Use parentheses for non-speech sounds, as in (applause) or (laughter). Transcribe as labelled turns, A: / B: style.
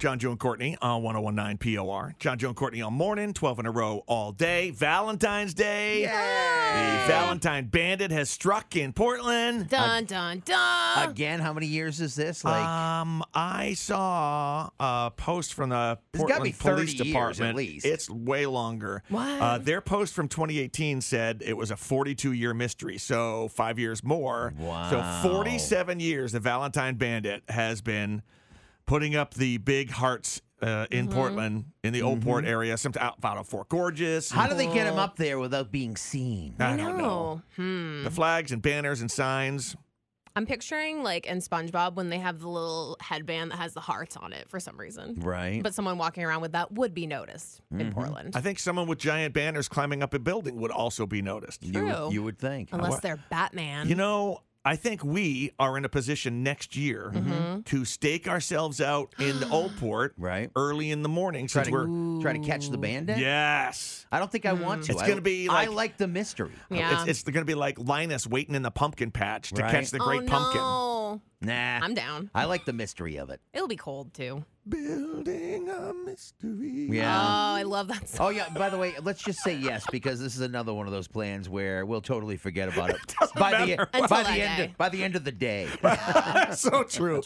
A: John, Joe, and Courtney on 1019 POR. John, Joe, and Courtney all morning, 12 in a row all day. Valentine's Day. The Valentine Bandit has struck in Portland.
B: Dun dun dun.
C: Again, how many years is this? Like,
A: Um, I saw a post from the
C: It's gotta
A: Portland
C: be
A: Police
C: 30 years at
A: Department.
C: least.
A: It's way longer.
B: Wow.
A: Uh, their post from 2018 said it was a 42-year mystery, so five years more.
C: Wow.
A: So 47 years, the Valentine Bandit has been putting up the big hearts uh, in
C: Mm-hmm.
A: Portland, in the Old Port area, some out, out of Fort Gorges.
C: how do they get him up there without being seen?
A: I don't know.
B: Hmm.
A: The flags and banners and signs.
B: I'm picturing like in SpongeBob when they have the little headband that has the hearts on it for some reason.
C: Right.
B: But someone walking around with that would be noticed in Portland.
A: Mm-hmm. I think someone with giant banners climbing up a building would also be noticed.
C: you, would-
B: True.
C: you would think.
B: Unless they're Batman.
A: You know, I think we are in a position next year to stake ourselves out in the
C: (gasps)
A: Old Port
C: Mm-hmm. Right.
A: early in the morning
C: Try
A: since we're
C: to, try to catch the bandit?
A: yes.
C: I don't think I
B: Mm.
C: want to.
A: It's
C: I-
A: gonna be
C: I
A: like-
C: like the mystery.
B: yeah.
A: It's, it's going to be like Linus waiting in the pumpkin patch to
C: Right.
A: catch the great
B: oh, no.
A: pumpkin.
C: Nah.
B: I'm down.
C: I like the mystery of it.
B: It'll be cold too.
A: Building a mystery.
C: Yeah.
B: oh, I love that song.
C: Oh yeah. By the way, let's just say yes because this is another one of those plans where we'll
A: (laughs)
C: totally forget about it, by the
A: matter.
C: by
B: Until
C: the
B: that
C: end
B: day.
C: of, by the end of the day.
A: (laughs) so true.